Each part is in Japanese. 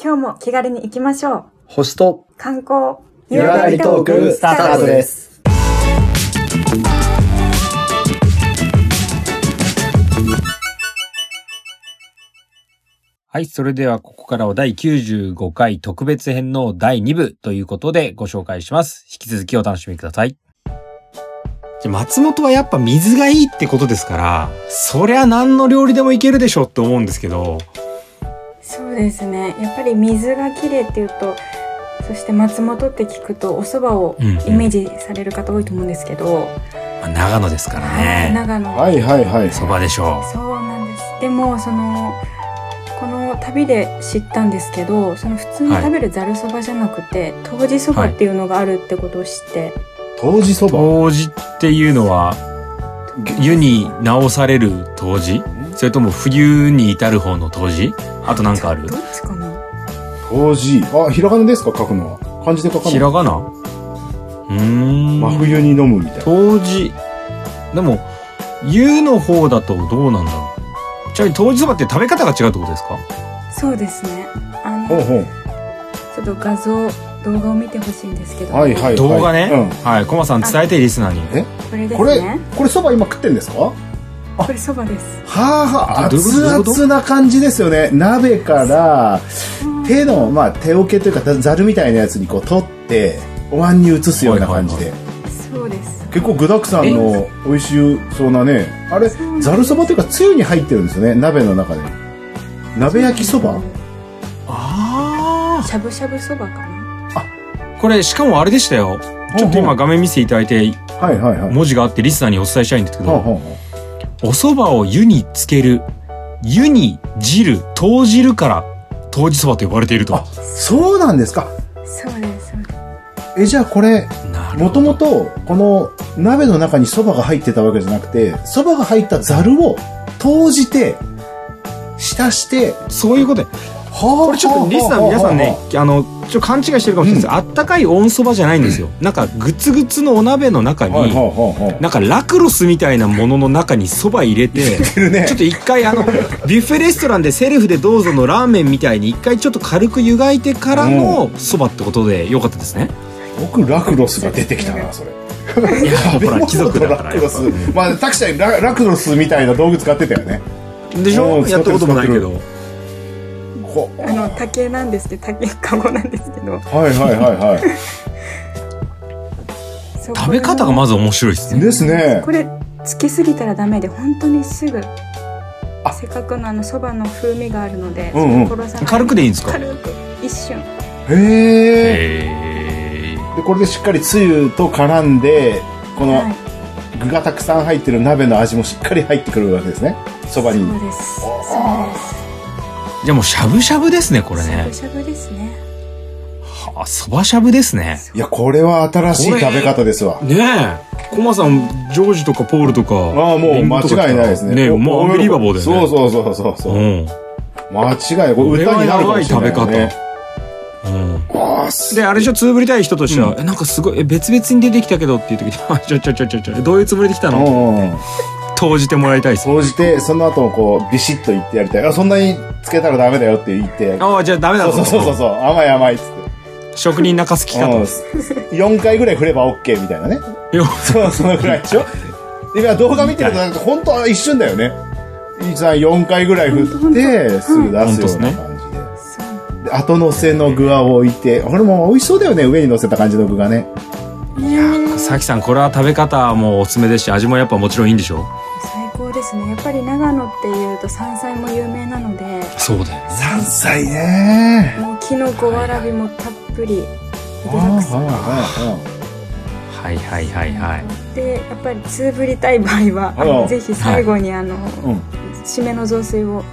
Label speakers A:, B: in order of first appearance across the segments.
A: 今日も気軽に行きましょう。
B: 星と
A: 観光、
B: 湯上がりトークスタートです。
C: はい。それでは、ここからは第95回特別編の第2部ということでご紹介します。引き続きお楽しみください。
D: じゃあ松本はやっぱ水がいいってことですから、そりゃ何の料理でもいけるでしょって思うんですけど、
A: そうですね。やっぱり水がきれいっていうと、そして松本って聞くとお蕎麦を
D: うん
A: イメージされる方多いと思うんですけど、
D: まあ長野ですから
A: はい
D: ね。
A: 長野、
B: はいはいはい。
D: そばでしょ。
A: そうなんです。でもそのこの旅で知ったんですけど、その普通に食べるざるそばじゃなくて、当時そばっていうのがあるってことを知って、
B: 当時そうば。
D: 当時っていうのは、湯に直される当時それとも冬に至る方の当時あとなんかある
A: どっちかな。
B: 当時。あ、ひらがなですか書くのは。漢字で書か
D: ひ
B: ない。
D: らがなうーん。
B: 真冬に飲むみたいな。
D: 当時でも湯の方だとどうなんだろうちなみに当時そばって食べ方が違うってことですか
A: そうですね。あの
B: ほうほう。
A: ちょっと画像動画を見てほしいんですけど、
B: はいはいはい。
D: 動画ね、
B: うん。
D: はいコマさん伝えてリスナーに
B: え
A: これで
B: こ
A: す
B: れ
A: ね。、
B: これそば今食ってんですかは
A: これそばです。
B: あはあ、
D: どどういうことどういう
B: 熱
D: こと
B: 々な感じですよね。鍋から、手の、まあ手桶というか、ざるみたいなやつにこう取って、お椀に移すような感じで。
A: そうです。
B: 結構具沢山の美味しそうなね。あれ、ざるそばというか、つゆに入ってるんですよね。鍋の中で。鍋焼きそば
D: あ
A: しゃぶしゃぶそばかな。
D: あこれしかもあれでしたよちょっと今画面見せていただいて
B: はいはいはい。
D: 文字があってリスナーにお伝えしたいんですけ
B: はあ
D: ど
B: はあは
D: お蕎麦を湯につける湯に汁湯汁から当時そばと呼ばれていると
B: ああそうなんですか。
A: そうです。そうです
B: え、じゃあこれ、
D: なる
B: もと
D: ほど
B: もと、この鍋の中に蕎麦が入ってたわけじゃなくて、蕎麦が入ったザルを投じて、浸して、
D: そういうことで
B: こ
D: これちょっとリスナー皆さんね、あの、ちょっと勘違いしてるかもしれないです。あったかい温そばじゃないんですよ。なんか、グツグツのお鍋の中
B: はいはい
D: に、
B: はいはい。
D: なんかラクロスみたいなものの中にそば入れ て、
B: てるね
D: ちょっと一回あの、ビュッフェレストランでセルフでどうぞのラーメンみたいに一回ちょっと軽く湯がいてからのそばってことでよかったですね。
B: 僕、ラクロスが出てきたな、それ。
D: いや、
B: 食
D: ほ
B: べ
D: ら、
B: 物
D: 貴族
B: と
D: だから
B: ラクロス。まあ、確かにララクロスみたいな道具使ってたよね。
D: でし
B: う
D: ょ
B: ん
D: やったこともないけど。
B: こ
A: あの竹なんですけど竹かごなんですけど。
B: はいはいはいはい。
A: そう
D: 食べ方がまず面白いですね。
B: ですね
A: こ。れつけすぎたらダメで本当にすぐ
B: あ
A: せっかくのあのそばの風味があるので、
B: うんうん
A: それを殺さない
D: 軽くでいいんですか
A: 軽く一瞬
B: へえ。
D: へー
B: で、これでしっかりつゆと絡んで、この
A: はい
B: 具がたくさん入ってる鍋の味もしっかり入ってくるわけですね。そばに。
A: そうですそう
D: じゃあもうしゃぶしゃぶですね、こ
A: で
D: れ
A: すしゃ
D: ね
A: ぶ。しゃぶですね
D: あ、そばしゃぶですね。
B: いや、これは新しい食べ方ですわ。
D: ねえコマさんジョージとかポールとか
B: ああ、もう間違いないですね。
D: ねえ
B: お
D: もうアンビリバボーだよね
B: そうそうそうそうそうう。
D: ん
B: 間違い。これ歌になるかもしれない、ね。
D: これはやばい食うん
B: ああ、す
D: であれでしょつぶりたい人としては、えなんかすごいえ別々に出てきたけどっていう時に 「あちょちょちょちょちょどういうつぶりできた
B: う
D: の?
B: んうん。」
D: 投じてもらいたいです
B: そうじて、その後こう、ビシッと言ってやりたい。あ、そんなにつけたらダメだよって言って。
D: ああじゃあダメだ
B: そうそう
D: ぞ
B: そうそうそう。甘い甘いっつって。
D: 職人泣かす気かと、
B: うん、4回ぐらい振れば OK みたいなね。
D: よ
B: そう、そのぐらいでしょで 今動画見てるとなんか本当は一瞬だよね。一さん4回ぐらい振って、すぐ出すような感じで。
A: そう
B: で後乗せの具は置いて、これも美味しそうだよね、上に乗せた感じの具がね。
A: いや
D: さきさんこれは食べ方もおすすめですし味もやっぱもちろんいいんでしょ
A: 最高ですねやっぱり長野っていうと山菜も有名なので
D: そうだよね
B: 山菜ね。
A: もうきのこわらびもたっぷり
B: あ
A: 具だ
B: あ、
A: くさん
D: はいはいはいはい
A: でやっぱりつぶりたい場合はあ
B: あ
A: の
B: あ
A: ぜひ最後にあの、
B: うん
A: 締めの雑炊を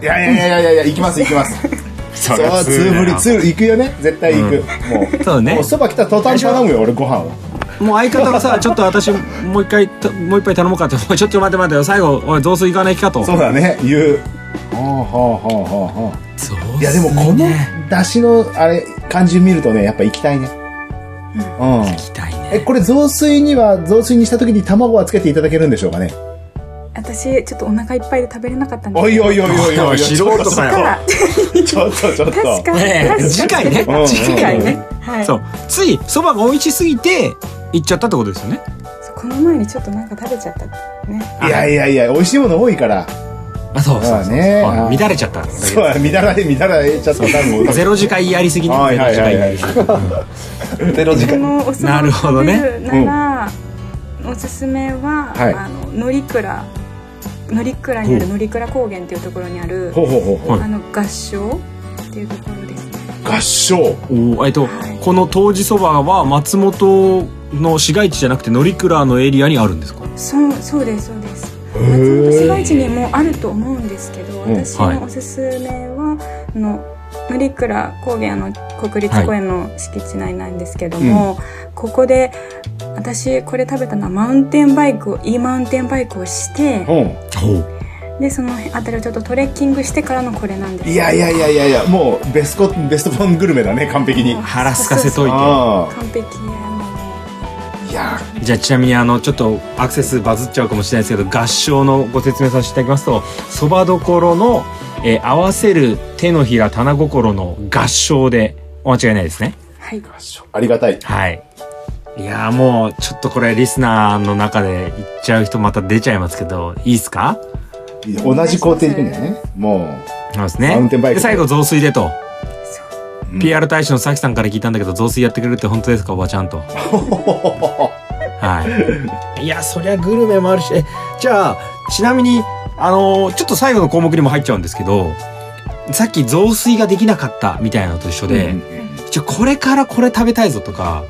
B: いやいやいやいやいや、行きます行きます。
D: そ
B: そう、つぶり、つぶり、行くよね。絶対行く。もう。
D: そうね
B: もうそば来た途端頼むよ、俺ご飯を。
D: もう相方がさ、ちょっと私、もう一回、ともう一杯頼もうかって、おい、ちょっと待って待ってよ、最後、おい、雑炊行かないかと。
B: そうだね、言う。はあはあはあはあはあ。
D: 雑
B: いやでもこの出汁のあれ感じ見るとねやっぱ行きたいねうん、
D: きたい
B: え
D: ね。
B: これ雑炊には雑炊にした時に卵はつけていただけるんでしょうかね
A: 私ちょっとお腹いっぱいで食べれなかったんです
B: おいおいおい
A: い
B: おいおい。
D: 素人か
A: だから
B: ちょっとちょっと。
A: 確か確
D: ね
A: か
D: え次回ね
A: うん次回ね、はい
D: そうついそばが美味しすぎて行っちゃったってことですよね
A: そうこの前にちょっとなんか食べちゃったね
B: いやいやいや、美味しいもの多いから。
D: あそうそうそう
B: そうね
D: はい乱れちゃったんだけど
B: そう、乱られ、乱られちゃった単語。
D: ゼロ次回やりすぎね
B: はいはいはいはい
D: ゼロ次回やりす
B: ゼロ時
A: こ
B: 間。
A: のお蕎麦
D: なるほどね
A: を食べるならおすすめは、
B: はい
A: あの乗鞍乗鞍にある乗鞍高原っていうところにある
B: ほうほうほうほう。
A: あの合唱っていうところですね
B: 合唱。
D: ぎうんおーえっとこの当時そばは松本の市街地じゃなくて乗鞍のエリアにあるんですか
A: そうそうですそうです松本市
B: へー
A: 街地にもあると思うんですけど、
B: うん
A: 私
D: はい
A: のおすすめは、あの乗倉高原の国立公園の敷地内なんですけども、ここで私これ食べたのはマウンテンバイクを E マウンテンバイクをして
B: う
D: ほう
A: でその辺りをちょっとトレッキングしてからのこれなんです
B: ん。いやいやいやいやいや、もうベスコ、ベストフォングルメだね、完璧に。
D: 腹すかせといて
B: あ
A: 完璧あ
B: あ。いや、
D: じゃあちなみにあのちょっとアクセスバズっちゃうかもしれないですけど合唱のご説明させていただきますとそばどころの、えー合わせる手のひら棚心の合唱でお間違いないですね
A: のはい
B: 合唱ありがたい。
D: はいいやーもうちょっとこれリスナーの中で言っちゃう人また出ちゃいますけどいいっすか
B: 同じ工程行くんだよね。も
D: そうですね
B: マウンテンバイク
D: で最後雑炊でと
A: そう
B: う。うん
D: PR 大使のさきさんから聞いたんだけど雑炊やってくれるって本当ですかおばちゃんと はい。いや、そりゃグルメもあるし、えじゃあ、ちなみに、あのーちょっと最後の項目にも入っちゃうんですけど、さっき雑炊ができなかったみたいなのと一緒で、じゃあこれからこれ食べたいぞとか、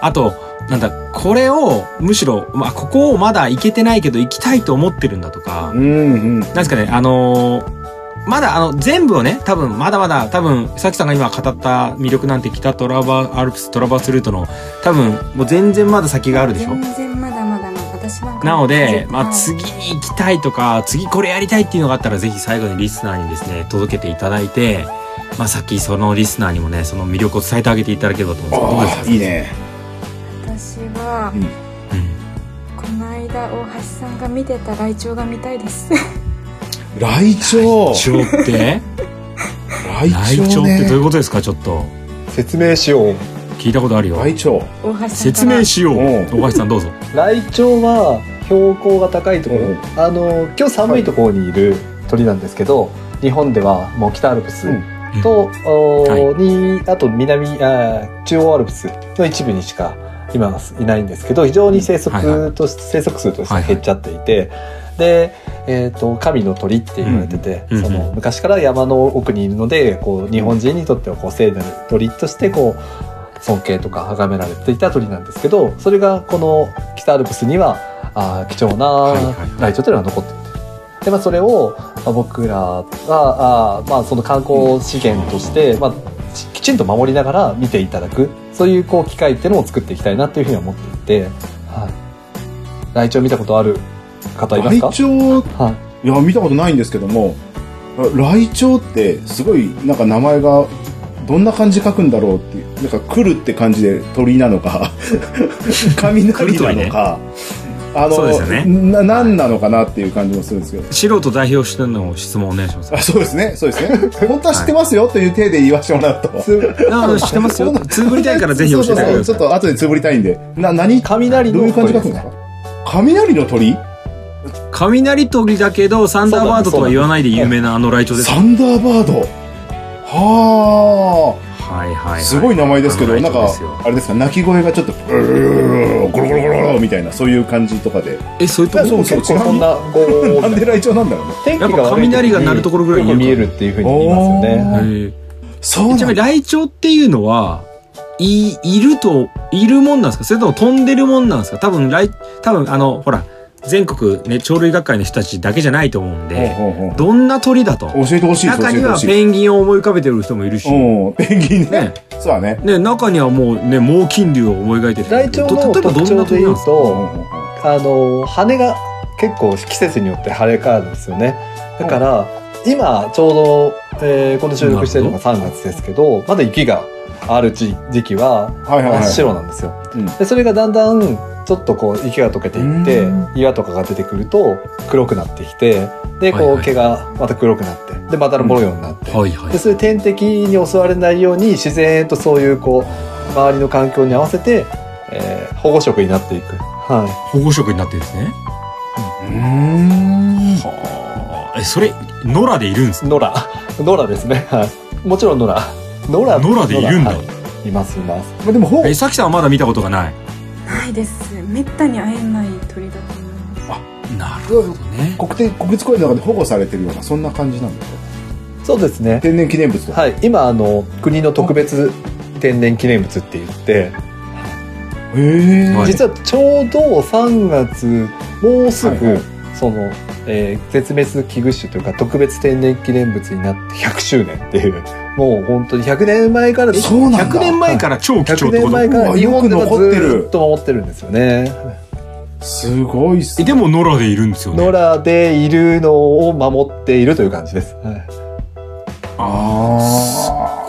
D: あと、なんだ、これを、むしろ、まあ、ここをまだ行けてないけど行きたいと思ってるんだとか、
B: うんうん。
D: なんですかね、あのーまだあの全部をね、多分まだまだ多分さきさんが今語った魅力なんて北トラバアルプストラバースルートの多分もう全然まだ先があるでしょ
A: 全然まだまだまだ私なんか
D: なので、
A: はい
D: まあ、次に行きたいとか次これやりたいっていうのがあったらぜひ最後にリスナーにですね届けていただいて、まあ、さっきそのリスナーにもねその魅力を伝えてあげていただければと思うんです
B: ああ、いいね。
A: 私は
B: うん
D: けど、
A: この間大橋さんが見てたライチョウが見たいです
B: ライチョウ。
D: うん、ライチョウって
B: ライ
D: ライ
B: チ
D: チ
B: ョ
D: ョウ
B: ウ
D: ってどういう
B: ね。
D: ことですかちょっと
E: 説明しよう
D: 聞いたことあるよ
B: ライチョウ。
A: 大橋さんから
D: 説明しよう
B: うん
D: 大橋さんどうぞ
E: ライチョウは標高が高いところ、
B: うん
E: あの今日寒いところにいる鳥なんですけど、日本ではもう北アルプス
B: うん
E: と、おー
D: は
E: にあと南あー中央アルプスの一部にしか今はいないんですけど非常に生息と、
D: はいは
E: 生息数として
D: はいはい
E: は減っちゃっていて、で、えー、と神の鳥って言われてて、
D: うん
E: そ
D: うん
E: の昔から山の奥にいるのでこう日本人にとってはこう聖なる鳥としてこう尊敬とか崇められていた鳥なんですけどそれがこの北アルプスにはあー貴重
D: いはい
E: な
D: はい
E: ライチョウというのが残っていて。でまあ、それを、まあ、僕らはあー、まあ、その観光資源として、まあ、ききちんと守りながら見ていただくそういうこう機会っていうのを作っていきたいなというふうに思っていて、はい、ライチョウ見たことある方いま
B: ラ
E: す
B: イ
E: か、
B: チョウ
E: はい、
B: いや、見たことないんですけども、ライチョウって、すごい、なんか名前が、どんな感じ書くんだろうっていう、なんか、来るって感じで鳥なの か、雷なのか、あ
D: そ
B: の、
D: うですよね
B: な、なんなのかなっていう感じもするんですけど。
D: 素人代表しての質問お願い します
B: あそうですね、そうですね。本当は知ってますよという体で言わせてもらうと。
D: あ知って ますよつぶりたいからぜひ教えてくださ
B: そうそう
D: い
B: そうちょっと後でつぶりたいんで。な、何ど
E: 雷
B: うい
E: の
B: う感じ
E: 声
B: 書
E: で
B: くん
E: す
B: です
E: ね
B: か雷の鳥
D: 雷鳥だけどサンダーバードとは言わないで有名なあのライチョウです
B: サンダーバード。はあ。
D: はいはい、はい、
B: すごい名前ですけど、
D: あの
B: な
D: ラ
B: ん
D: イチ
B: か
D: ョウですよ、
B: あれですか、鳴き声がちょっと、ゴロゴロゴロゴロみたいな、そういう感じとかで。
D: えそういうと
B: いや
D: こ
B: そう
E: 結
B: そう、
E: 構
B: ち
E: そんなこう
B: なんでライチョウなんだろうね。
E: 天気
D: やっぱ
E: 悪い時
D: 雷が鳴るところぐらいに
E: よく見えるっていうふうに言いますよね。
D: え
B: おー
D: ー
B: そう
D: ちな
B: な
D: み
B: ん
D: に
B: だ。
D: ライチョウっていうのは、い、いると、いるもんなんですかそれとも飛んでるもんなんですか多分、ライ、多分、あの、ほら、全国ね、鳥類学会の人たちだけじゃないと思うんで、
B: ほうほうほ
D: どんな鳥だと。
B: う教えてほしい、教
D: 中
B: えて
D: に
B: ほ
D: は
B: しい。
D: ペンギンを思い浮かべてる人もいるし、
B: うん、ペンギン
D: ね
B: ね。そうだね。
D: ね、中にはもうね、猛禽竜を思い描いてる人もい
E: ライ
D: る
E: チョウ
D: ど
E: の
D: 例えばど
E: 特
D: んな
E: 徴で
D: 鳥
E: 言
D: なん
E: う
D: ですか
E: と、あの羽が結構季節によって晴れ変わるんですよね。だから、今ちょうど、えーこの収録してるのが3月ですけど、まだ雪がある時時期は
B: はいはい
E: 真
B: は
E: っ
B: い。
E: 白なんですよ。
B: うん
E: でそれがだんだんちょっとこう雪が溶けていって
D: うん
E: 岩とかが出てくると黒くなってきてで
D: はい
E: こ
D: は
E: う
D: い
E: 毛がまた黒くなってでまたもろようになって、
D: はいは
E: で
D: い。
E: それで天敵に襲われないように自然とそういうこう周りの環境に合わせて、えー保護色になっていく。は
D: 保護色になってるんですね。
B: うん。
D: はあ。え、それ、野良でいるんです
E: い、野良野良ですね。はい、もちろん野良。野良
D: か野良でいるんだ
E: 野良。はいいますいます。
B: まあでも、ほう
D: え、さきさんはまだ見たことがない。
A: ないですめったに会えない鳥だと思います
D: なるほどね。
B: 国定国立公園の中で保護されてるようなそんな感じなんだよ
E: そうですね。
B: 天然記念物とか、
E: はい、今あの国の特別天然記念物って言って、
B: へえ、
D: はい
E: 実はちょうど3月もうすぐ、
B: はいはい
E: その、えー絶滅危惧種というか特別天然記念物になって100周年っていうもう本当に100年前から
B: そうなんだ
D: 100年前から超貴重
E: 100
D: ってこ
E: 年
D: と
E: 前から日本では
B: うわよく残ってる
E: ずっと守ってるんですよね。
B: すごいっす
D: え
B: ね
D: でも野良でいるんですよね。
E: 野良でいるのを守っているという感じです。はい
B: あ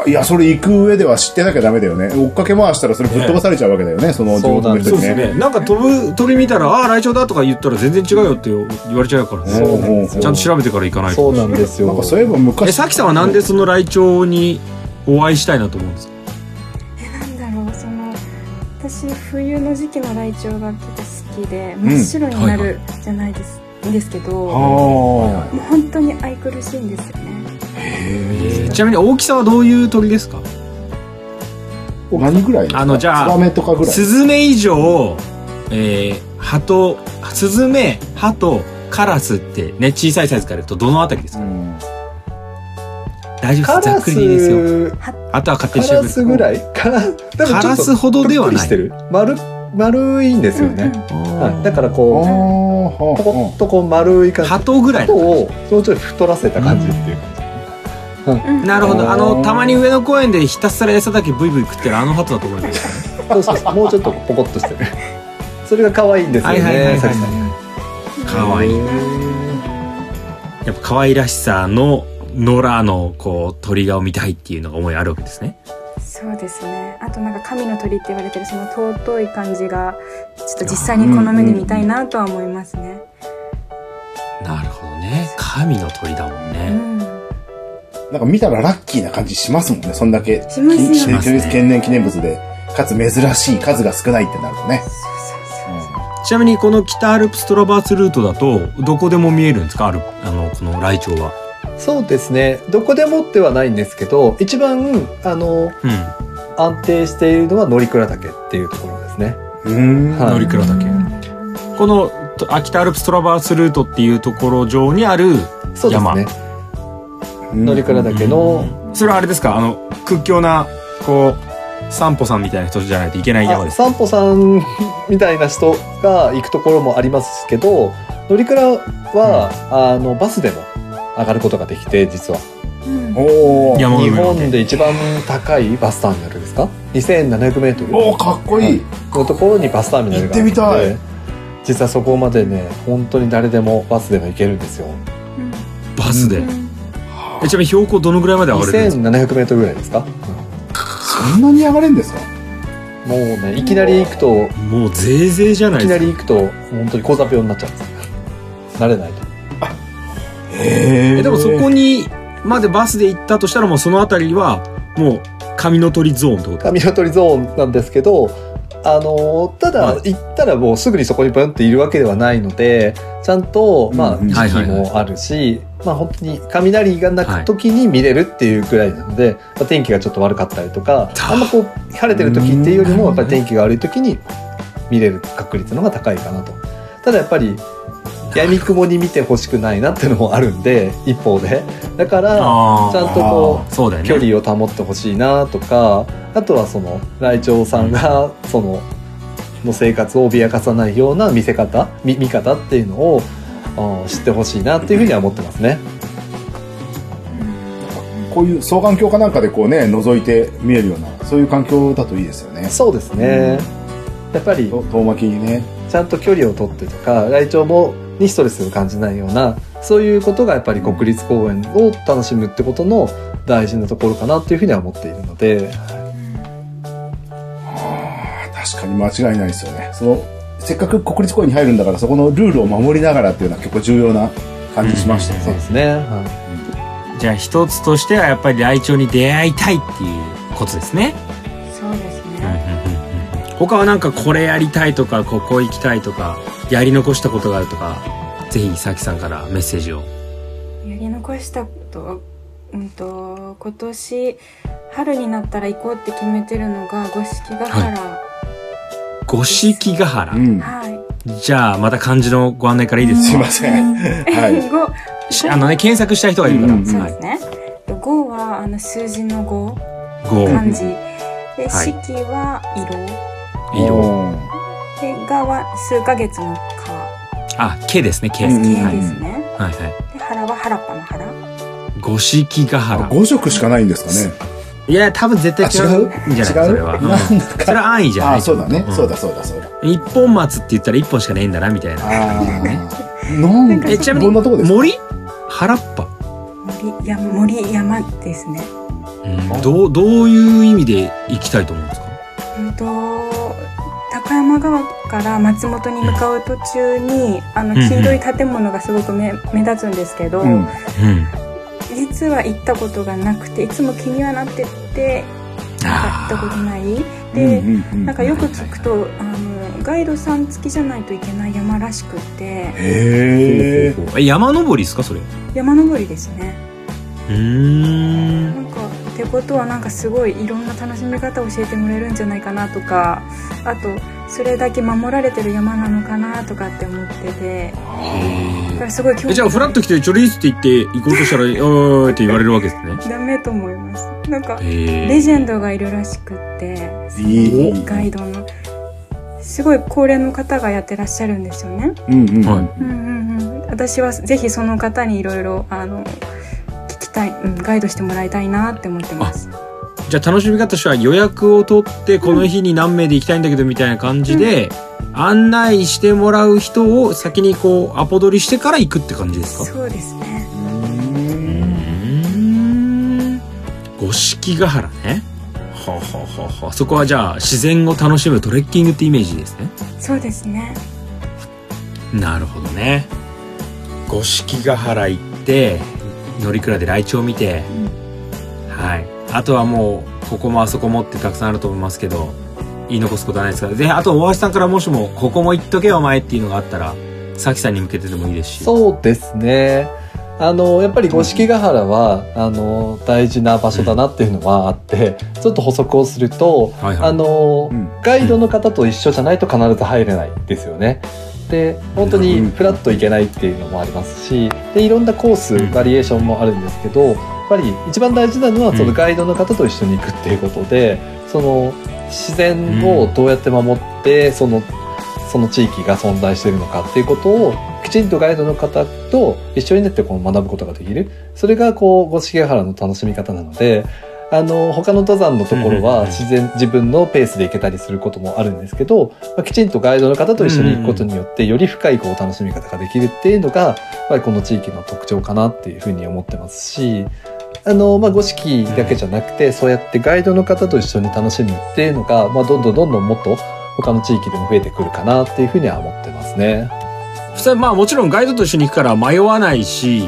B: あいやそれ行く上では知ってなきゃダメだよね追っかけ回したらそれぶっ飛ばされちゃうわけだよねその
E: そうなんです
D: そう
E: よ
D: ですね。なんか飛ぶ鳥見たら、ああ、来鳥だとか言ったら全然違うよって言われちゃうからね。
B: そうなんですよ
D: ちゃんと調べてから行かない
E: そ
D: と。
E: うなんですよ。
B: なんかそういえば昔
D: え、さきさんはなんでその来鳥にお会いしたいなと思うんですか
A: なんだろうその私冬の時期のライチョウが結構好きで真っ白になるじゃないです,、ですけど、
B: あ
A: も
B: あ
A: う本当に愛くるしいんですよね
B: へえ
D: ちなみに大きさはどういう鳥ですか
B: 何ぐらい
D: あのじゃあ
B: ツバメとかぐらい
D: スズメ以上、えー、ハト、スズメ、ハト、カラスってね、小さいサイズから言うとどのあたりです
B: う
D: か
B: ん
D: 大丈夫です。
E: カ
D: ざ
E: ラ
D: っくりでいいですよ。
E: ス
D: あとは勝手に
E: カ
D: 調べ
E: ラ
D: て
E: スぐらいカラ
D: カラスほどではない
E: してる丸丸いんですよね、はい、だからこう
B: あ
E: ポコ
B: あ
E: ッとこう丸い感じ
D: ハトぐらい
E: 音をもうちょい太らせた感じっていう感じ、
A: うんうん
D: なるほどあ
B: お
D: の
B: ー
D: たまに上野公園でひたすら餌だけブイブイ食ってるあのハトだと思います
E: そうそうそうもうちょっとポコッとしてるそれが可愛いんですよ
D: はいはいはいは
E: ね
D: い
E: さきさ
D: か
E: ん
D: わいいやっぱ可愛らしさの野良のこう鳥顔見たいっていうのが思いあるわけですね
A: そうですねあとなんか神の鳥って言われてるその尊い感じがちょっと実際にこの目で見たいなとは思いますね
D: なるほどね神の鳥だもん
A: う
D: ね、
A: ん
B: なんか見たらラッキーな感じしますもんねそんだけ
A: しますよね
B: 記念
D: ますね
B: 天然記念物でかつ珍しい数が少ないってなるとね
A: そうそうそう
D: ちなみにこの北アルプストラバースルートだとどこでも見えるんですかあるあのこのライチョウは
E: そうですねどこでもってはないんですけど一番あ
D: う
E: の
D: ん
E: 安定しているのは乗鞍岳っていうところですね
B: うん
E: はい
D: 乗鞍岳このとあ北アルプストラバースルートっていうところ上にある
E: そうですね
B: うん
E: 乗鞍岳の、
D: それはあれですかあの屈強なこう散歩さんみたいな人じゃないといけない山
E: あ
D: です
E: 散歩さんみたいな人が行くところもありますけど乗鞍は、あのバスでも上がることができて実は
A: うん
B: おー
D: 山の
E: 日
D: 上まで
E: 本で一番高いバスターミナルですか 2700m
B: おーかっこいい
E: のところにバスターミナルがあ
B: 行ってみたい
E: 実はそこまでね本当に誰でもバスでも行けるんですよ
A: うん
D: バスで、
A: うん
D: えちなみに標高どのぐらいまで上がれるんですか
E: 2700m ぐらいですか、
B: そんなに上がれんですか
E: もうねいきなり行くと
D: もうぜいぜいじゃないい
E: き
D: で
E: な
D: すか
E: り行くと本当に高座病になっちゃうんです慣れないと
B: へ
D: えでもそこにまでバスで行ったとしたらもうその辺りはもう紙の鳥ゾーンってこと
E: 神の鳥ゾーンなんですけど、あのただ
D: は
E: 行ったらもうすぐにそこにブンっているわけではないのでちゃんとまあ
B: うんうん
E: 時
D: は
E: 期
D: いはいはい
E: もあるし、まあ本当に雷が鳴く時に見れるっていうくらいなので、まあ、天気がちょっと悪かったりとか
D: だ
E: あんまこう晴れてる時っていうよりもやっぱり天気が悪い時に見れる確率の方が高いかなと。ただやっぱり闇雲に見てほしくないなっていうのもあるんで一方でだから
D: あ
E: ちゃんとこう
D: あそうだよね
E: 距離を保ってほしいなとかあとはその来鳥さんがそのの生活を脅かさないような見せ方見見方っていうのをあー知ってほしいなっていうふうには思ってますね。
B: こういう双眼鏡かなんかでこうね覗いて見えるようなそういう環境だといいですよね
E: そうですねやっぱり
B: と遠巻きにね
E: ちゃんと距離を取ってとか来鳥もにストレスを感じないようなそういうことがやっぱり国立公園を楽しむってことの大事なところかなっていうふうには思っているので
B: あー確かに間違いないですよねそのせっかく国立公園に入るんだからそこのルールを守りながらっていうのは結構重要な感じしましたよ
E: そうで
B: ね。
E: すね。は
D: じゃあ一つとしてはやっぱりライチョウに出会いたいっていうことですね。
A: そうです
D: うんうん
A: ね。
D: うんうん他はなんかこれやりたいとかここ行きたいとかやり残したことがあるとかぜひさきさんからメッセージを。
A: やり残したことは、うんと、今年春になったら行こうって決めてるのが五色ヶ原。
D: 五色ヶ原、
B: うん。は
A: はい。
D: じゃあまた漢字のご案内からいいです
B: すい
D: か
B: ません。はい
A: うんご
D: しあのね検索したい人がいるから。
B: うんうん
A: そう
D: は
A: で
D: い
A: すね。五はあの数字の五
D: 五
A: 漢字。で、
D: はい
A: 四季は色。
D: 色。
A: で、がは数ヶ月のか。
D: あ、けですね、け。
B: うん
A: 系
D: はい
A: ですね。
D: はいは
A: で、原は原っぱの原。
D: い。五色ヶ
B: あ
D: 原。
B: 5色しかないんですかね。
D: いや、多分絶対違う
B: あ
D: んじゃな
B: 違
D: い
B: う
D: それは。うん
B: なんだ
D: それは安易じゃな
B: あ
D: い。
B: あ、そうだね。
D: ん
B: そうだ。そうだそうだ。
D: 一本松って言ったら一本しかねえんだな、みたいな。
B: ああ。なん
D: えちなみに
B: どんなとこですか
D: 森原っぱ。
A: 森山、森山ですね。
D: うんどう、どういう意味で行きたいと思うんですか
A: うんと高山川から松本に向かう途中にあの
D: うんうん
A: 黄色い建物がすごく目目立つんですけど、
B: うん。
D: うん。
A: 実は行ったことがなくていつも気にはなってて行ったことないで、
B: うんうんう
A: なん
B: ん
A: かよく聞くとあのガイドさん付きじゃないといけない山らしくて
B: へえ。
D: ほうほうほうえ、山登りですかそれ。う
A: 山登りですね
D: ー。
A: なんんかってことはなんかすごいいろんな楽しみ方を教えてもらえるんじゃないかなとかあとそれだけ守られてる山なのかなとかって思っててだからすごい興
D: え
A: 味
D: じゃあ、フラッと来て、チョリースって言って、行こうとしたら、おーいって言われるわけですね。
A: ダメと思いますなんか
D: へえ。
A: レジェンドがいるらしくって
B: いい。
A: ガイドのすごい高齢の方がやってらっしゃるんですよね
B: うんうん。
D: は
A: うんうんうん私はぜひその方にいろいろあの聞きたい、うん、ガイドしてもらいたいなって思ってます
D: じゃあ楽しみ方としては予約を取ってこの日に何名で行きたいんだけどみたいな感じで、案内してもらう人を先にこうアポ取りしてから行くって感じですか
A: そうですね
D: うん五色ヶ原ねはあはあはあはあそこはじゃあ自然を楽しむトレッキングってイメージですね
A: そうですね
D: なるほどね五色ヶ原行って乗鞍でライチョウ見て、はいあとはもうここもあそこもってたくさんあると思いますけど言い残すことはないですからぜひあと大橋さんからもしもここも行っとけよお前っていうのがあったらさきさんに向けてでもいいですし
E: い。そうですね。あの、やっぱり五色ヶ原は、あの、大事な場所だなっていうのはあって、ちょっと補足をすると、
D: はいはい
E: あの
B: う、ん
E: ガイドの方と一緒じゃないと必ず入れないですよね。で本当にフラッと行けないっていうのもありますしでいろんなコースバリエーションもあるんですけどやっぱり一番大事なのはそのガイドの方と一緒に行くっていうことでその自然をどうやって守ってそのその地域が存在しているのかっていうことをきちんとガイドの方と一緒になってこう学ぶことができるそれがこう五色ヶ原の楽しみ方なのであの他の登山のところ
D: うんうんうん
E: は自然自分のペースで行けたりすることもあるんですけど、まあ、きちんとガイドの方と一緒に行くことによってより深いこう楽しみ方ができるっていうのがやっぱりこの地域の特徴かなっていうふうに思ってますし。あのまあ、五色だけじゃなくてそうやってガイドの方と一緒に楽しむっていうのが、まあ、どんどんどんどんもっと他の地域でも増えてくるかなっていうふうには思ってますね。
D: それはまあもちろんガイドと一緒に行くから迷わないし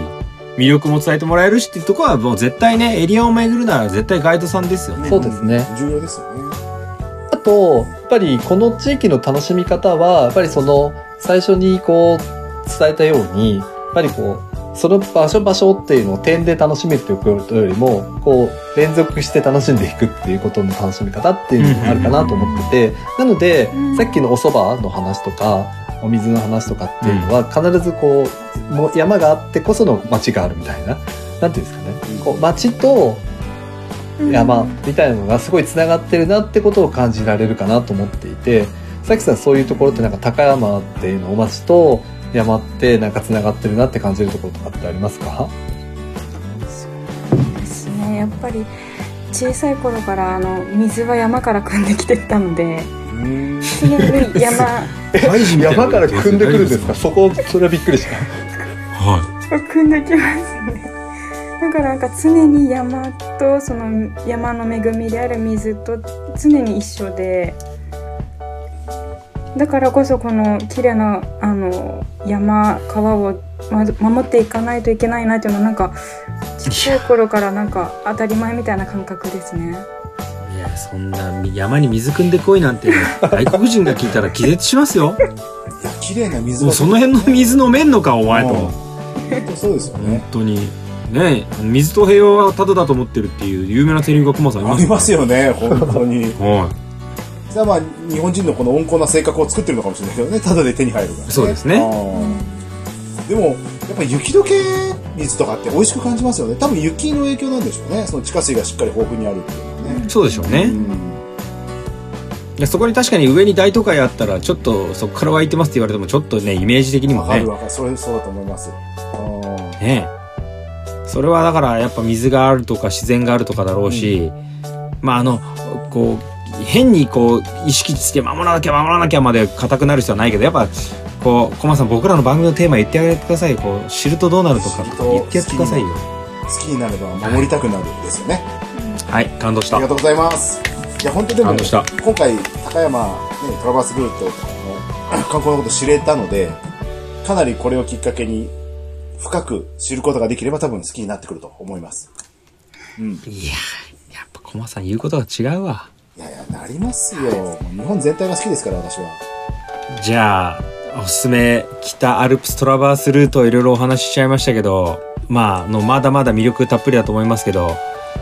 D: 魅力も伝えてもらえるしっていうところはもう絶対ねエリアを巡るなら絶対ガイドさんですよね
E: そうですね。
B: 重要ですよね。
E: あと、やっぱりこの地域の楽しみ方は、やっぱりその最初にこう伝えたように、やっぱりこう、その場所場所っていうのを点で楽しめっていうことよりも、こう、連続して楽しんでいくっていうことの楽しみ方っていうのもあるかなと思ってて、なので
A: うん、
E: さっきのお蕎麦の話とか、お水の話とかっていうのは、必ずこう、もう山があってこその街があるみたいな、なんていうんですかね、こう、街と山みたいなのがすごいつながってるなってことを感じられるかなと思っていてさきさんそういうところってなんか高山っていうのお町と山ってなんかつながってるなって感じるところとかってありますか
A: ですねやっぱり小さい頃からあの水は山から汲んできてたので常に山
E: 山から組んでくるんですかそこそれはびっくりした
D: は
A: を汲んできますねだからなんか常に山とその山の恵みである水と常に一緒でだからこそこの綺麗なあの山川をまず守っていかないといけないなっていうのはなんかちっちゃい頃からなんか当たり前みたいな感覚ですね。
D: いやそんな山に水汲んでこいなんて外国人が聞いたら気絶しますよ
B: いや綺麗な水
D: もうその辺の水飲めんのかお前と
B: うん
D: 本
B: 本当そうですよね
D: 当にねえ水と平和はただだと思ってるっていう有名なセリフがコマさんい
B: あ
D: ます
B: りますよね本当に
D: は
B: じゃあまあ日本人のこの温厚な性格を作ってるのかもしれないけどねただで手に入るから、
D: いそうです
B: あ
D: ね
B: ーでもやっぱ雪解け水とかって美味しく感じますよね多分雪の影響なんでしょうねその地下水がしっかり豊富にあるっていうのはね、
D: そうでしょうね、
B: うん
D: いやそこに確かに上に大都会あったらちょっとそこから湧いてますって言われてもちょっとねイメージ的にも
B: わか
D: ね
B: るわかるそれそうだと思いますあー
D: ねえそれはだからやっぱ水があるとか自然があるとかだろうし、まああのこう変にこう意識して守らなきゃ守らなきゃまで固くなる人はないけどやっぱこうコマさん僕らの番組のテーマ言ってあげてくださいよこう知るとどうなるとか
B: 知ると
D: 言ってやってくださいよ
B: 好きになれば守りたくなるんですよね、
D: はい感動し
B: あ
D: た
B: りがとうございますいや本当でも
D: 感動した
B: 今回高山、ね、トラバースルートの観光のこと知れたのでかなりこれをきっかけに深く知ることができれば多分好きになってくると思いますうん
D: いやーやっぱコマさん言うことが違うわ
B: いやいや、なりますよ。もう日本全体が好きですから、私は。
D: じゃあおすすめ北アルプストラバースルートいろいろお話ししちゃいましたけどまああのまだまだ魅力たっぷりだと思いますけど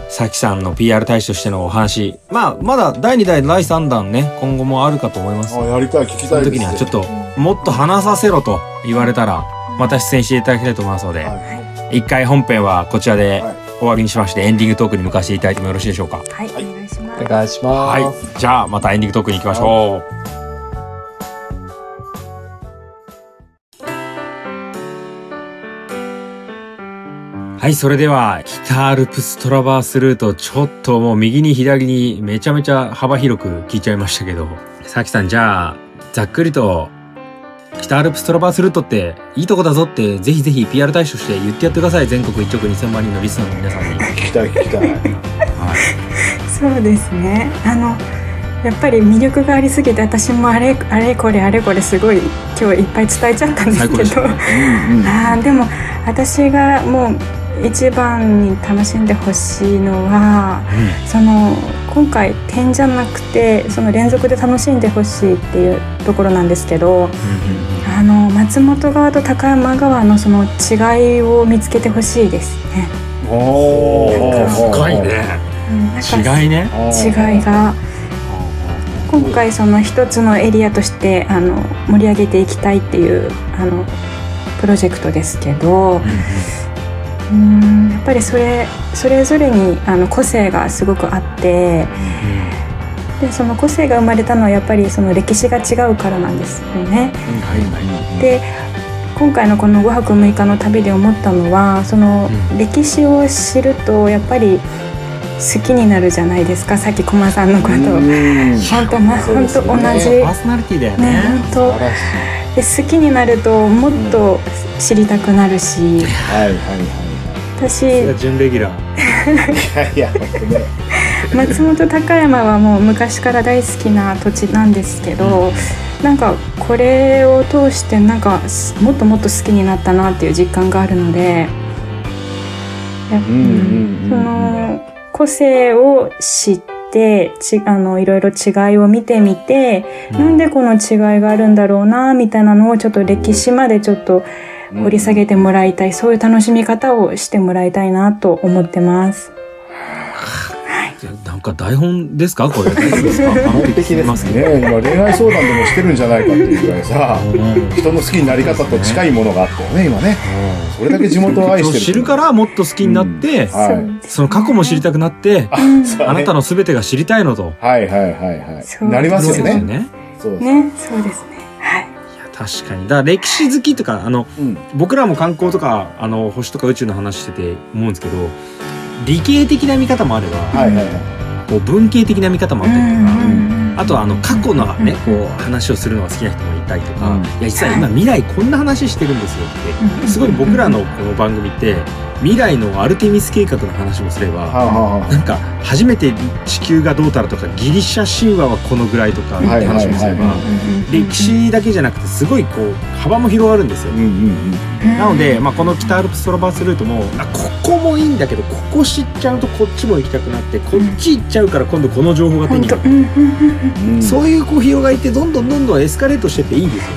D: さきさんの PR 大使としてのお話まあまだ第2弾第3弾ね今後もあるかと思います
B: あ、やりたい、聞き
D: そ
B: た
D: の
B: いです。
D: 時にはちょっともっと話させろと言われたらまた出演していただきたいと思いますので、
B: は
D: 一回本編はこちらで
B: はい
D: 終わりにしましてエンディングトークに向かしていただいてもよろしいでしょうか
A: はい、
B: はい
A: お願いします
E: お。願いしま
D: は
E: す。
D: いじゃあまたエンディングトークに行きましょうはい、それでは、北アルプストラバースルート、ちょっともう右に左にめちゃめちゃ幅広く聞いちゃいましたけど、さきさん、じゃあ、ざっくりと、北アルプストラバースルートっていいとこだぞって、ぜひぜひ PR 対象して言ってやってください。全国1億2000万人のリスナーの皆さんに。
B: い。聞きたい、聞きたい。
A: そうですね。あのやっぱり魅力がありすぎて私もあれあれこれあれこれすごい今日いっぱい伝えちゃったんです
D: 最高
A: け
D: でし
A: ど
B: う
D: た。。
B: んうん。
A: あーでも私がもう一番に楽しんでほしいのはその今回点じゃなくてその連続で楽しんでほしいっていうところなんですけどあの松本川と高山川のその違いを見つけてほしいですね。
B: お
A: ー
D: 深い。ね。
A: うんなんか
D: 違いね。
A: 違いが今回その一つのエリアとしてあの盛り上げていきたいっていうあのプロジェクトですけど、うーんやっぱりそれそれぞれにあの個性がすごくあってでその個性が生まれたのはやっぱりその歴史が違うからなんですよね。
D: はいはい。
A: で今回のこの5泊6日の旅で思ったのはその
D: う
A: 歴史を知るとやっぱり好きになるじゃないですかさっき駒さんのことを。
B: うん。
A: 本当ま
B: そうで
A: 本
B: す
A: 当
B: よね
A: 同じ
D: パーソナリティだよ
A: ね
D: ね。
A: 本当
B: 素晴らしい
A: で好きになるともっと知りたくなるし
B: はい、は
A: 私
D: それが準レギュラー。
B: い、はい。いやいや、本当ね。
A: 松本高山はもう昔から大好きな土地なんですけどなんかこれを通してなんかすもっともっと好きになったなっていう実感があるのでやっぱ
B: うんうん
A: そ
B: うん
A: の個性を知ってちあのいろいろ違いを見てみて、なんでこの違いがあるんだろうなみたいなのをちょっと歴史までちょっと
B: うん。
A: 掘り下げてもらいたい、そういう楽しみ方をしてもらいたいなと思ってます。
D: なんか台本ですか これ。大丈夫ですか完璧すぎますけど。
B: ね今恋愛相談でもしてるんじゃないかっていうぐらいさ
D: うんうん
B: 人の好きになり方と近いものがあったよね今ねそれだけ地元を愛してる
D: 知るからもっと好きになって、
B: はい
A: そうです
D: その過去も知りたくなって、
A: うん
B: そう
D: あなたの全てが知りたいのと。
B: はいはいはい
A: そ
B: は
A: う
B: いなりますよ
D: です
B: ね
D: よね。
B: そうです
A: ね、そうですね。はい。
D: いや確かに。だから歴史好きとか、あの、
B: うん
D: 僕らも観光とか、あの、星とか宇宙の話してて思うんですけど、理系的な見方もあれば、
B: はいはいは
D: こう文系的な見方もあったりとか、
A: うん
D: あとはあの過去のね
A: う
D: こう話をするのが好きな人もいたりとか、
B: うん
D: いや実は今未来こんな話してるんですよってすごい僕らのこの番組って未来のアルテミス計画の話もすれば、
B: はあは
D: なんか初めて地球がどうたらとかギリシャ神話はこのぐらいとか
B: あ
D: って
B: はいはい
D: 話もす
B: は
D: れ
B: い
D: ば
B: は
D: 歴史だけじゃなくてすごいこう幅も広がるんですよ
B: い。うんうん
D: なので、まあ、この北アルプストロバースルートもあここもいいんだけどここ知っちゃうとこっちも行きたくなってこっち行っちゃうから今度この情報が手
A: 本
D: に
A: 当
D: 入
A: う
D: る、
A: んうんうんうん
B: うんうん。
D: そういうこう広がりってどんどんどんどんエスカレートしてっていいんですよ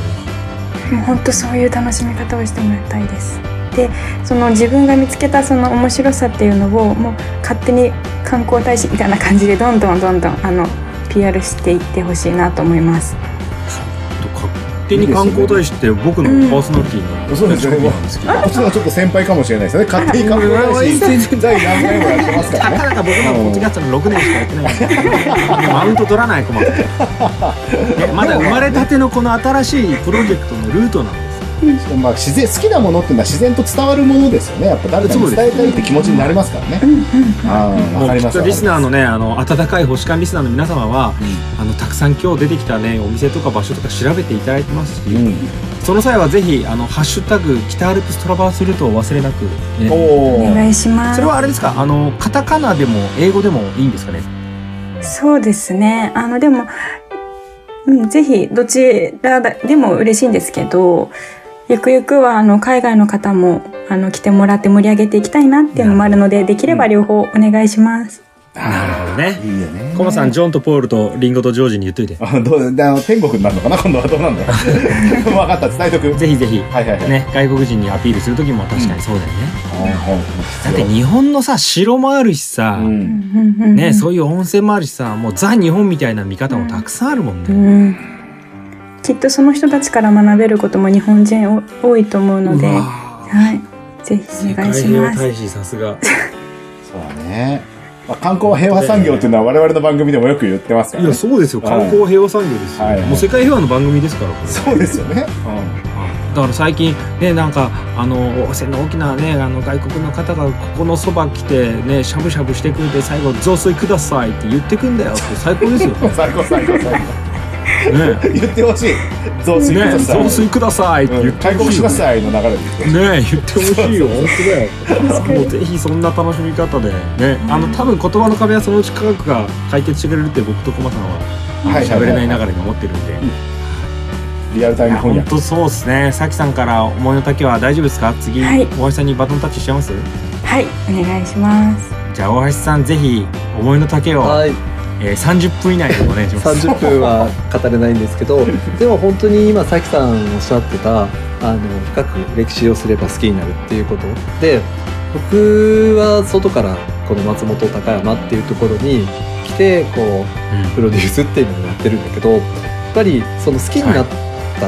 D: ね。
A: もう本当そういう楽しみ方をしてもらいたいです。でその自分が見つけたその面白さっていうのをもう勝手に観光大使みたいな感じでどんどんどんどんあの PR していってほしいなと思います。
D: と勝手に観光大使って僕のパーソナリティ
B: うん
D: の
B: そうですよね
D: なんですけど。
B: こっちのちょっと先輩かもしれないですよね。勝手に考えないし、第何回もやってますか
D: た
B: らね。
D: かだか僕のポッドキャストの6年しかやってないんでマウント取らない困ってまだ生まれたてのこの新しいプロジェクトのルートなんです
B: まあ自然好きなものっていうのは自然と伝わるものですよね。やっぱ誰かに伝えたいって気持ちになりますからね。ああ、わ
D: も
B: か
D: う
B: り
D: き
B: ま
D: っ
B: す。
D: とリスナーのねあの温かい星間リスナーの皆様は、あのたくさん今日出てきたねお店とか場所とか調べていただいてますし、
B: うん。
D: その際はぜひあのハッシュタグ北アルプストラバースルートを忘れなく、ね
B: お
A: お
B: お。
A: 願いします。
D: それはあれですかあのカタカナでも英語でもいいんですかね
A: そうですね。あのでも、うん、ぜひどちらでも嬉しいんですけど、ゆくゆくはあの海外の方もあの来てもらって盛り上げていきたいなっていうのもあるので、できれば両方お願いします。
D: なるほどね
B: いいよね。
D: コマさんジョンとポールとリンゴとジョージに言っといて
B: あどうであの天国になるのかな今度はどうなんだろう 分かった伝えとく
D: ぜひぜひ
B: はいはいはい、
D: ね、外国人にアピールする時も確かにそうだよね、
B: だ
D: だって日本のさ城もあるしさ、
B: うん
D: ね、
A: う
D: そういう温泉もあるしさもうザ日本みたいな見方もたくさんあるもんね、
A: んきっとその人たちから学べることも日本人お多いと思うので、
D: う
A: は
D: わー
A: い、ぜひ
D: 世
A: お願
D: 界
A: いし
D: 平和
A: ます。
D: 大使さすが
B: そうだね、まあ、観光平和産業っていうのは我々の番組でもよく言ってますか
D: い
B: ら、
D: や
B: ね、
D: そうですよ観光平和産業ですよ、
B: はいはい
D: もう世界平和の番組ですからこれ
B: そうですよね、
D: だから最近ねなんかあの温泉の大きなねあの外国の方がここのそば来てねしゃぶしゃぶしてくれて最後「雑炊ください」って言ってくんだよって最 高ですよ
B: うん、最高最高最
D: ね
B: 高言ってほしい増水く
D: ね
B: ださい、
D: 雑炊くださいっ
B: う
D: て言
B: ん、
D: って
B: 開
D: ほ
B: 国
D: し
B: し
D: いよ
B: な
D: ね
B: さいの流れで
D: ね言ってほしいよ本当だよもうぜひそんな楽しみ方でねあの多分言葉の壁はそのうち科学が解決してくれるって僕と駒さんはあの
B: はいはいはい
D: 喋れないながらに思ってるんで
B: リアルタイム翻
D: 本
B: 訳
D: 当そうですねさきさんから思いの丈は大丈夫ですか次
A: はい
D: 大橋さんにバトンタッチしちゃいます
A: はい、お願いします。
D: じゃあ大橋さんぜひ思いの丈を、
E: はい。
D: えー、30分以内でお願い します。
E: 30分は語れないんです けどでも本当に今さきさんおっしゃってたあの深く歴史をすれば好きになるっていうことで僕は外からこの松本高山っていうところに来てこうプロデュースっていうのをやってるんだけどやっぱりその好きになった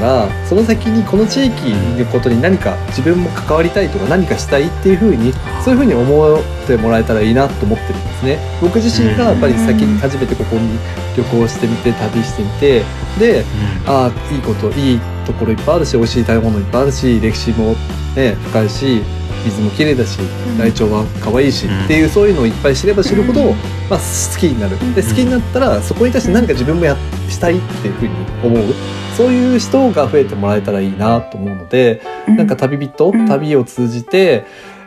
E: ら、その先にこの地域のことに何か自分も関わりたいとか何かしたいっていうふうにそういうふうに思ってもらえたらいいなと思ってるんですね。僕自身がやっぱり先に初めてここに旅行してみて旅してみてでああいいこといいところいっぱいあるし美味しい食べ物いっぱいあるし歴史もね深いし水も綺麗だし
A: ん
E: ライチョウは可愛いし、
D: うん
E: っていうそういうのをいっぱい知れば知るほど、
A: うん
E: まあ、好きになるで
D: ん
E: 好きになったらそこに対して何か自分もやしたいっていうふうに思うそういう人が増えてもらえたらいいなと思うのでなんか旅人、
A: うん
E: 旅を通じて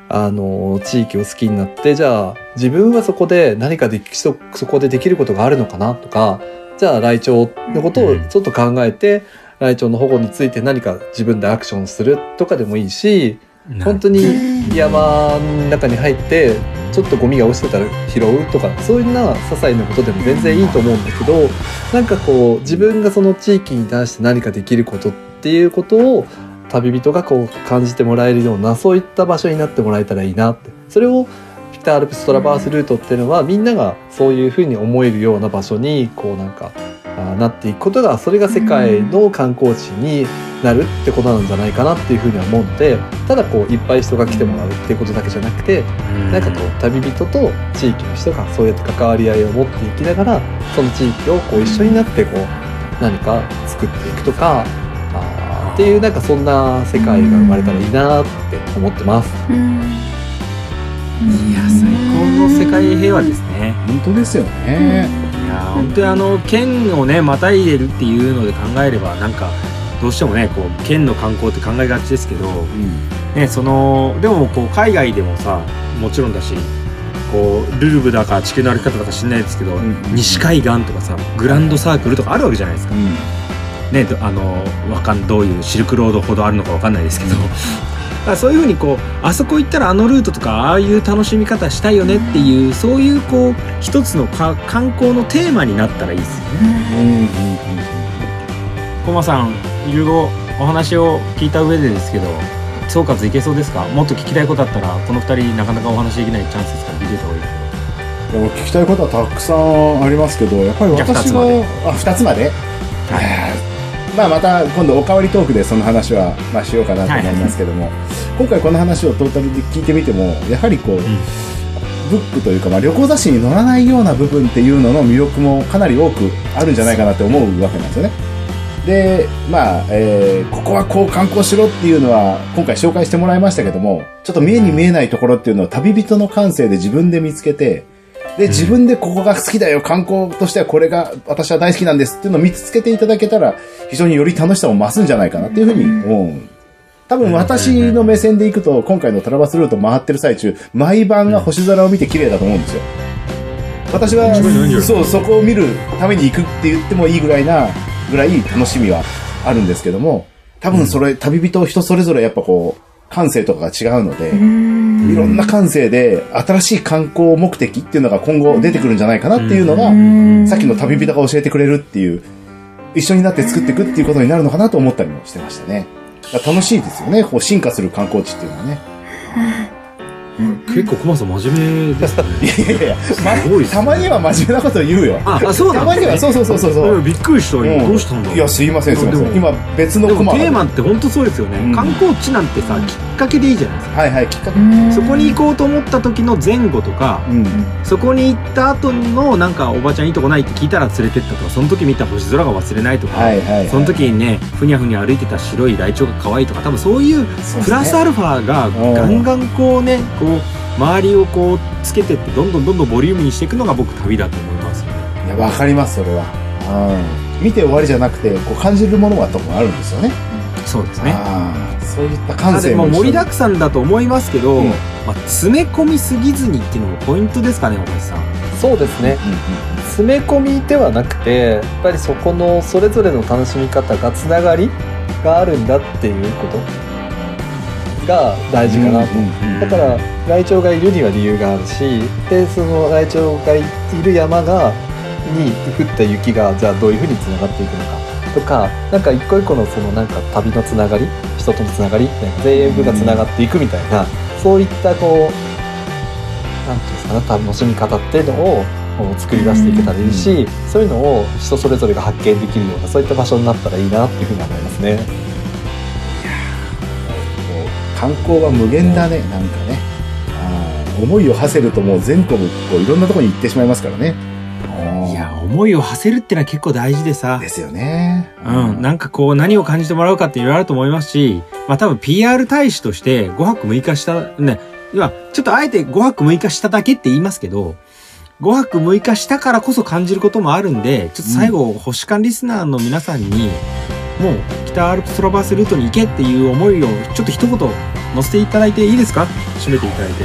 E: あの地域を好きになってじゃあ自分はそこで何かできそそこでできることがあるのかなとかじゃあライチョウのことをちょっと考えて、ライチョウの保護について何か自分でアクションするとかでもいいし
D: うん
E: 本当
A: う
E: に
A: ん
E: 山の中に入ってちょっとゴミが落ちてたら拾うとかそういうな些細なことでも全然いいと思うんだけどなんかこう自分がその地域に対して何かできることっていうことを旅人がこう感じてもらえるようなそういった場所になってもらえたらいいなってそれを北アルプストラバースルートっていうのはみんながそういうふうに思えるような場所にこうなんかあーなっていくことがそれが世界の観光地になるってことなんじゃないかなっていうふうには思うのでただこういっぱい人が来てもらうっていうことだけじゃなくてなんかこう旅人と地域の人がそうやって関わり合いを持っていきながらその地域をこう一緒になってこう何か作っていくとかあーっていうなんかそんな世界が生まれたらいいなって思ってます。
A: うん
D: いや最高の世界平和ですね。
B: 本当ですよね、
D: いやー本当にあの県をねまたいでるっていうので考えればなんかどうしてもねこう県の観光って考えがちですけど
B: うん
D: ねね、そのでもこう海外でもさもちろんだしこうルルブだか地球の歩き方だか知んないですけど、
B: ん
D: 西海岸とかさグランドサークルとかあるわけじゃないですか、
B: うん
D: ね、どあのわかんどういうシルクロードほどあるのかわかんないですけど、だからそういうふうにこうあそこ行ったらあのルートとかああいう楽しみ方したいよねっていうそういうこう一つのか観光のテーマになったらいいですよね。
B: うんうん
D: コマさんいろいろお話を聞いた上でですけど総括いけそうですかもっと聞きたいことあったらこの2人なかなかお話できないチャンスですから聞いてた方がいいです
B: でも聞きたいことはたくさんありますけどやっぱり私が
D: じ
B: あ2つまでえーまあまた今度おかわりトークでその話はまあしようかなと思いますけども、今回この話をトータルで聞いてみてもやはりこう、ブックというか、まあ、旅行雑誌に載らないような部分っていうのの魅力もかなり多くあるんじゃないかなって思うわけなんですよね。で、まあ、えーここはこう観光しろっていうのは今回紹介してもらいましたけども、ちょっと見えに見えないところっていうのを旅人の感性で自分で見つけて、で、自分でここが好きだよ、観光としてはこれが私は大好きなんですっていうのを見つけていただけたら、非常により楽しさを増すんじゃないかなっていうふうに思うん多分私の目線でいくと、今回のトラバスルート回ってる最中、毎晩が星空を見て綺麗だと思うんですよ。私は
D: 間違いないんじゃな、い
B: そう、そこを見るために行くって言ってもいいぐらいな、ぐらい楽しみはあるんですけども、多分それ、旅人人それぞれやっぱこう、感性とかが違うので、いろんな感性で新しい観光目的っていうのが今後出てくるんじゃないかなっていうのが、さっきの旅人が教えてくれるっていう、一緒になって作っていくっていうことになるのかなと思ったりもしてましたね。だから楽しいですよね。こう進化する観光地っていうのはね。
D: 結構コマさん真面目です ね
B: いやいやいや、
D: すごいっすね
B: たまには真面目なこと言うよ。
D: ああそう
B: た
D: なん
B: まに
D: で
B: は、
D: す
B: そうそうそうそうそ
D: ね
B: う。
D: びっくりした
B: うん
D: 今どうしたんだろう
B: いや、すいません、すいませ
D: でも
B: ん。今、別の
D: で
B: コマ
D: も
B: が
D: テーマって本当そうですよね、
B: うん
D: 観光地なんてさきっかけでいいじゃないですか
B: はいはい、きっかけ。
D: そこに行こうと思った時の前後とか
B: うん。
D: そこに行った後のなんかおばちゃんいいとこないって聞いたら連れてったとかその時見た星空が忘れないとか、
B: はいはい。
D: その時にねふにゃふにゃ歩いてた白いライチョウが可愛いとか多分そういう
B: そうですね、
D: プラスアルファが
B: ん
D: ガンガンこうねこう周りをこうつけてってどんどんどんどんボリュームにしていくのが僕旅だと思いますよね。
B: いや、わかります、それは。うん。見て終わりじゃなくて、こう感じるものがとこあるんですよね。
D: そうですね
B: ああ、そういった感
D: なの
B: 性
D: でま
B: も
D: あ
B: 一緒に。
D: 盛りだくさんだと思いますけど、
B: うん
D: まあ、詰め込みすぎずにっていうのもポイントですかね大橋さん。
E: そうですね詰め込みではなくてやっぱりそこのそれぞれの楽しみ方がつながりがあるんだっていうことが大事かなと、
B: うんうん
E: だからライチョウがいるには理由があるしでそのライチョウがいる山がに降った雪がじゃあどういうふうにつながっていくのかとかなんか一個一個のそのなんか旅のつながり人とのつながりみたいな全部がつながっていくみたいな、そういったこうなんていうんですかね楽しみ方っていうのをこう作り出していけたらいいし、そういうのを人それぞれが発見できるようなそういった場所になったらいいなっていうふうに思いますね。
B: こう観光は無限だね、なんかねあー思いを馳せるともう全国こういろんなとこに行ってしまいますからね
D: いや思いを馳せるってのは結構大事でさ
B: で。すよね
D: うん、なんかこう何を感じてもらうかっていろいろあると思いますし、まあ多分 PR 大使として5泊6日した、ね、今ちょっとあえて5泊6日しただけって言いますけど、5泊6日したからこそ感じることもあるんで、ちょっと最後、星間リスナーの皆さんに、もう北アルプストロバースルートに行けっていう思いをちょっと一言載せていただいていいですか締めていただいて。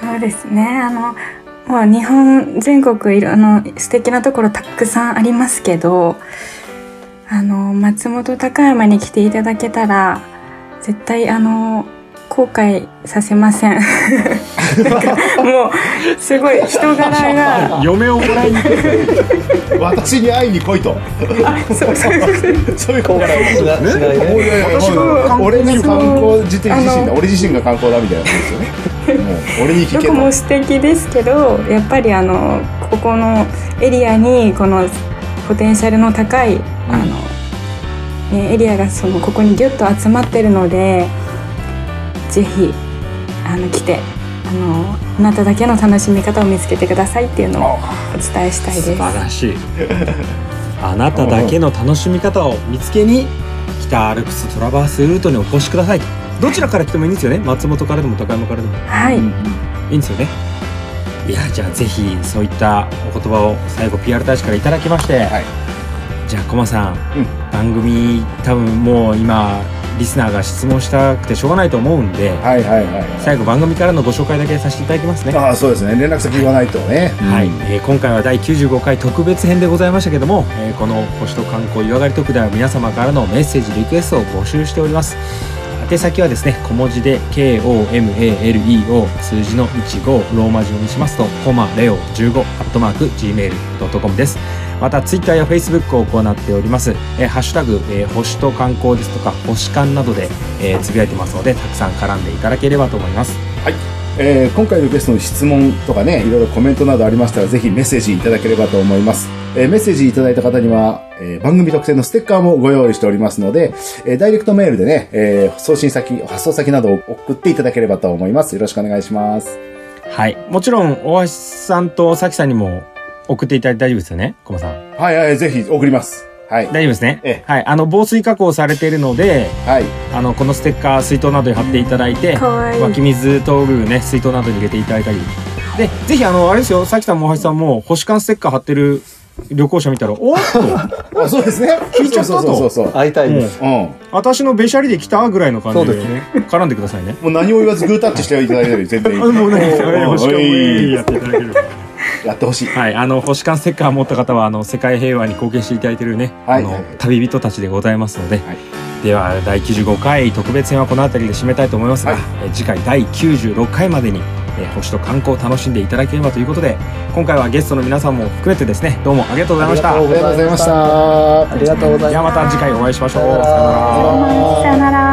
A: そうですね。あの、もう日本全国いろあの素敵なところたくさんありますけど、あの松本高山に来ていただけたら絶対あの後悔させません。 なんかもうすごい人柄 が、
D: 嫁をもらいに行く。
B: 私に会いに来いと
A: そうそうそう
B: そういう
E: こ
B: こ
E: う
B: と
E: か
B: だ
E: らしなしないね
B: いやいや
D: 私が
B: もう俺の観光自体自身
A: そ
B: だ
A: う
B: 俺自身が観光だみたいなことですよねもう俺に聞
A: ど
B: け
A: ことも素敵ですけどやっぱりあのここのエリアにこのポテンシャルの高い、あのね、エリアがそのここにギュッと集まってるのでぜひあの来てあのあなただけの楽しみ方を見つけてくださいっていうのをお伝えしたいです。
D: 素晴らしいあなただけの楽しみ方を見つけに北アルプストラバースルートにお越しくださいとどちらから来てもいいんですよね松本からでも高山からでも
A: はい、
D: いいんですよねいやじゃあぜひそういったお言葉を最後 PR 大使からいただきまして、
B: はい
D: じゃあコマさん、
B: うん
D: 番組多分もう今リスナーが質問したくてしょうがないと思うんで、
B: はいはいは
D: 最後番組からのご紹介だけさせていただきますね
B: い。。ああ、そうですね。連絡先言わないとね。
D: はい、
B: うん
D: えー今回は第95回特別編でございましたけども、えーこの星と観光湯上がり特では皆様からのメッセージリクエストを募集しております宛先はですね小文字で KOMALEO 数字の15ローマ字読みしますとコマレオ15アットマーク Gmail.com ですまたツイッターやフェイスブックを行っております、えーハッシュタグ、えー星と観光ですとか星観などで、えーつぶやいてますのでたくさん絡んでいただければと思います
B: えー今回のゲストの質問とかね、いろいろコメントなどありましたら、ぜひメッセージいただければと思います。えーメッセージいただいた方には、えー番組特製のステッカーもご用意しておりますので、えーダイレクトメールでね、えー送信先、発送先などを送っていただければと思います。よろしくお願いします。
D: はい。もちろん、大橋さんとさきさんにも送っていただいて大丈夫ですよね、コマさん。
B: はいはい、ぜひ送ります。はい。
D: 大丈夫ですね。
B: え
D: はい。あの、防水加工されているので、
B: はい。
D: あの、このステッカー、水筒などに貼っていただいて、
A: かわいい
D: 湧き水通るね、水筒などに入れていただいたり。で、ぜひ、あの、あれですよ、さきさんも大橋さんも、星間ステッカー貼ってる旅行者見たら、 おっと、
B: あ、そうですね。
D: 聞いちゃった
B: そう
D: と
B: そうそうそう。う
E: 会いたいです。
B: ん。も
D: 私のべしゃりで来たぐらいの感じ
E: そう
D: で
E: ですね
D: 絡んでくださいね。
B: う何も言わずグータッチしていただいたり、全然いい
D: あ もうね、
B: お
D: 星間もいい
B: ー
D: やっていただける。
B: やってほしい。
D: はい、あの星間ステッカーを持った方はあの世界平和に貢献していただいているね、
B: はい
D: あの旅人たちでございますので、
B: はい
D: では第95回特別編はこの辺りで締めたいと思いますが、
B: はい
D: え次回第96回までに、えー星と観光を楽しんでいただければということで今回はゲストの皆さんも含めてですねどうもありがとうございました
E: ありがとうございました
B: ありがとうございました。
E: ありがとうござい
D: で
E: ま
D: は
E: す
D: また次回お会いしましょう
E: さよなら
B: さよなら
A: さよなら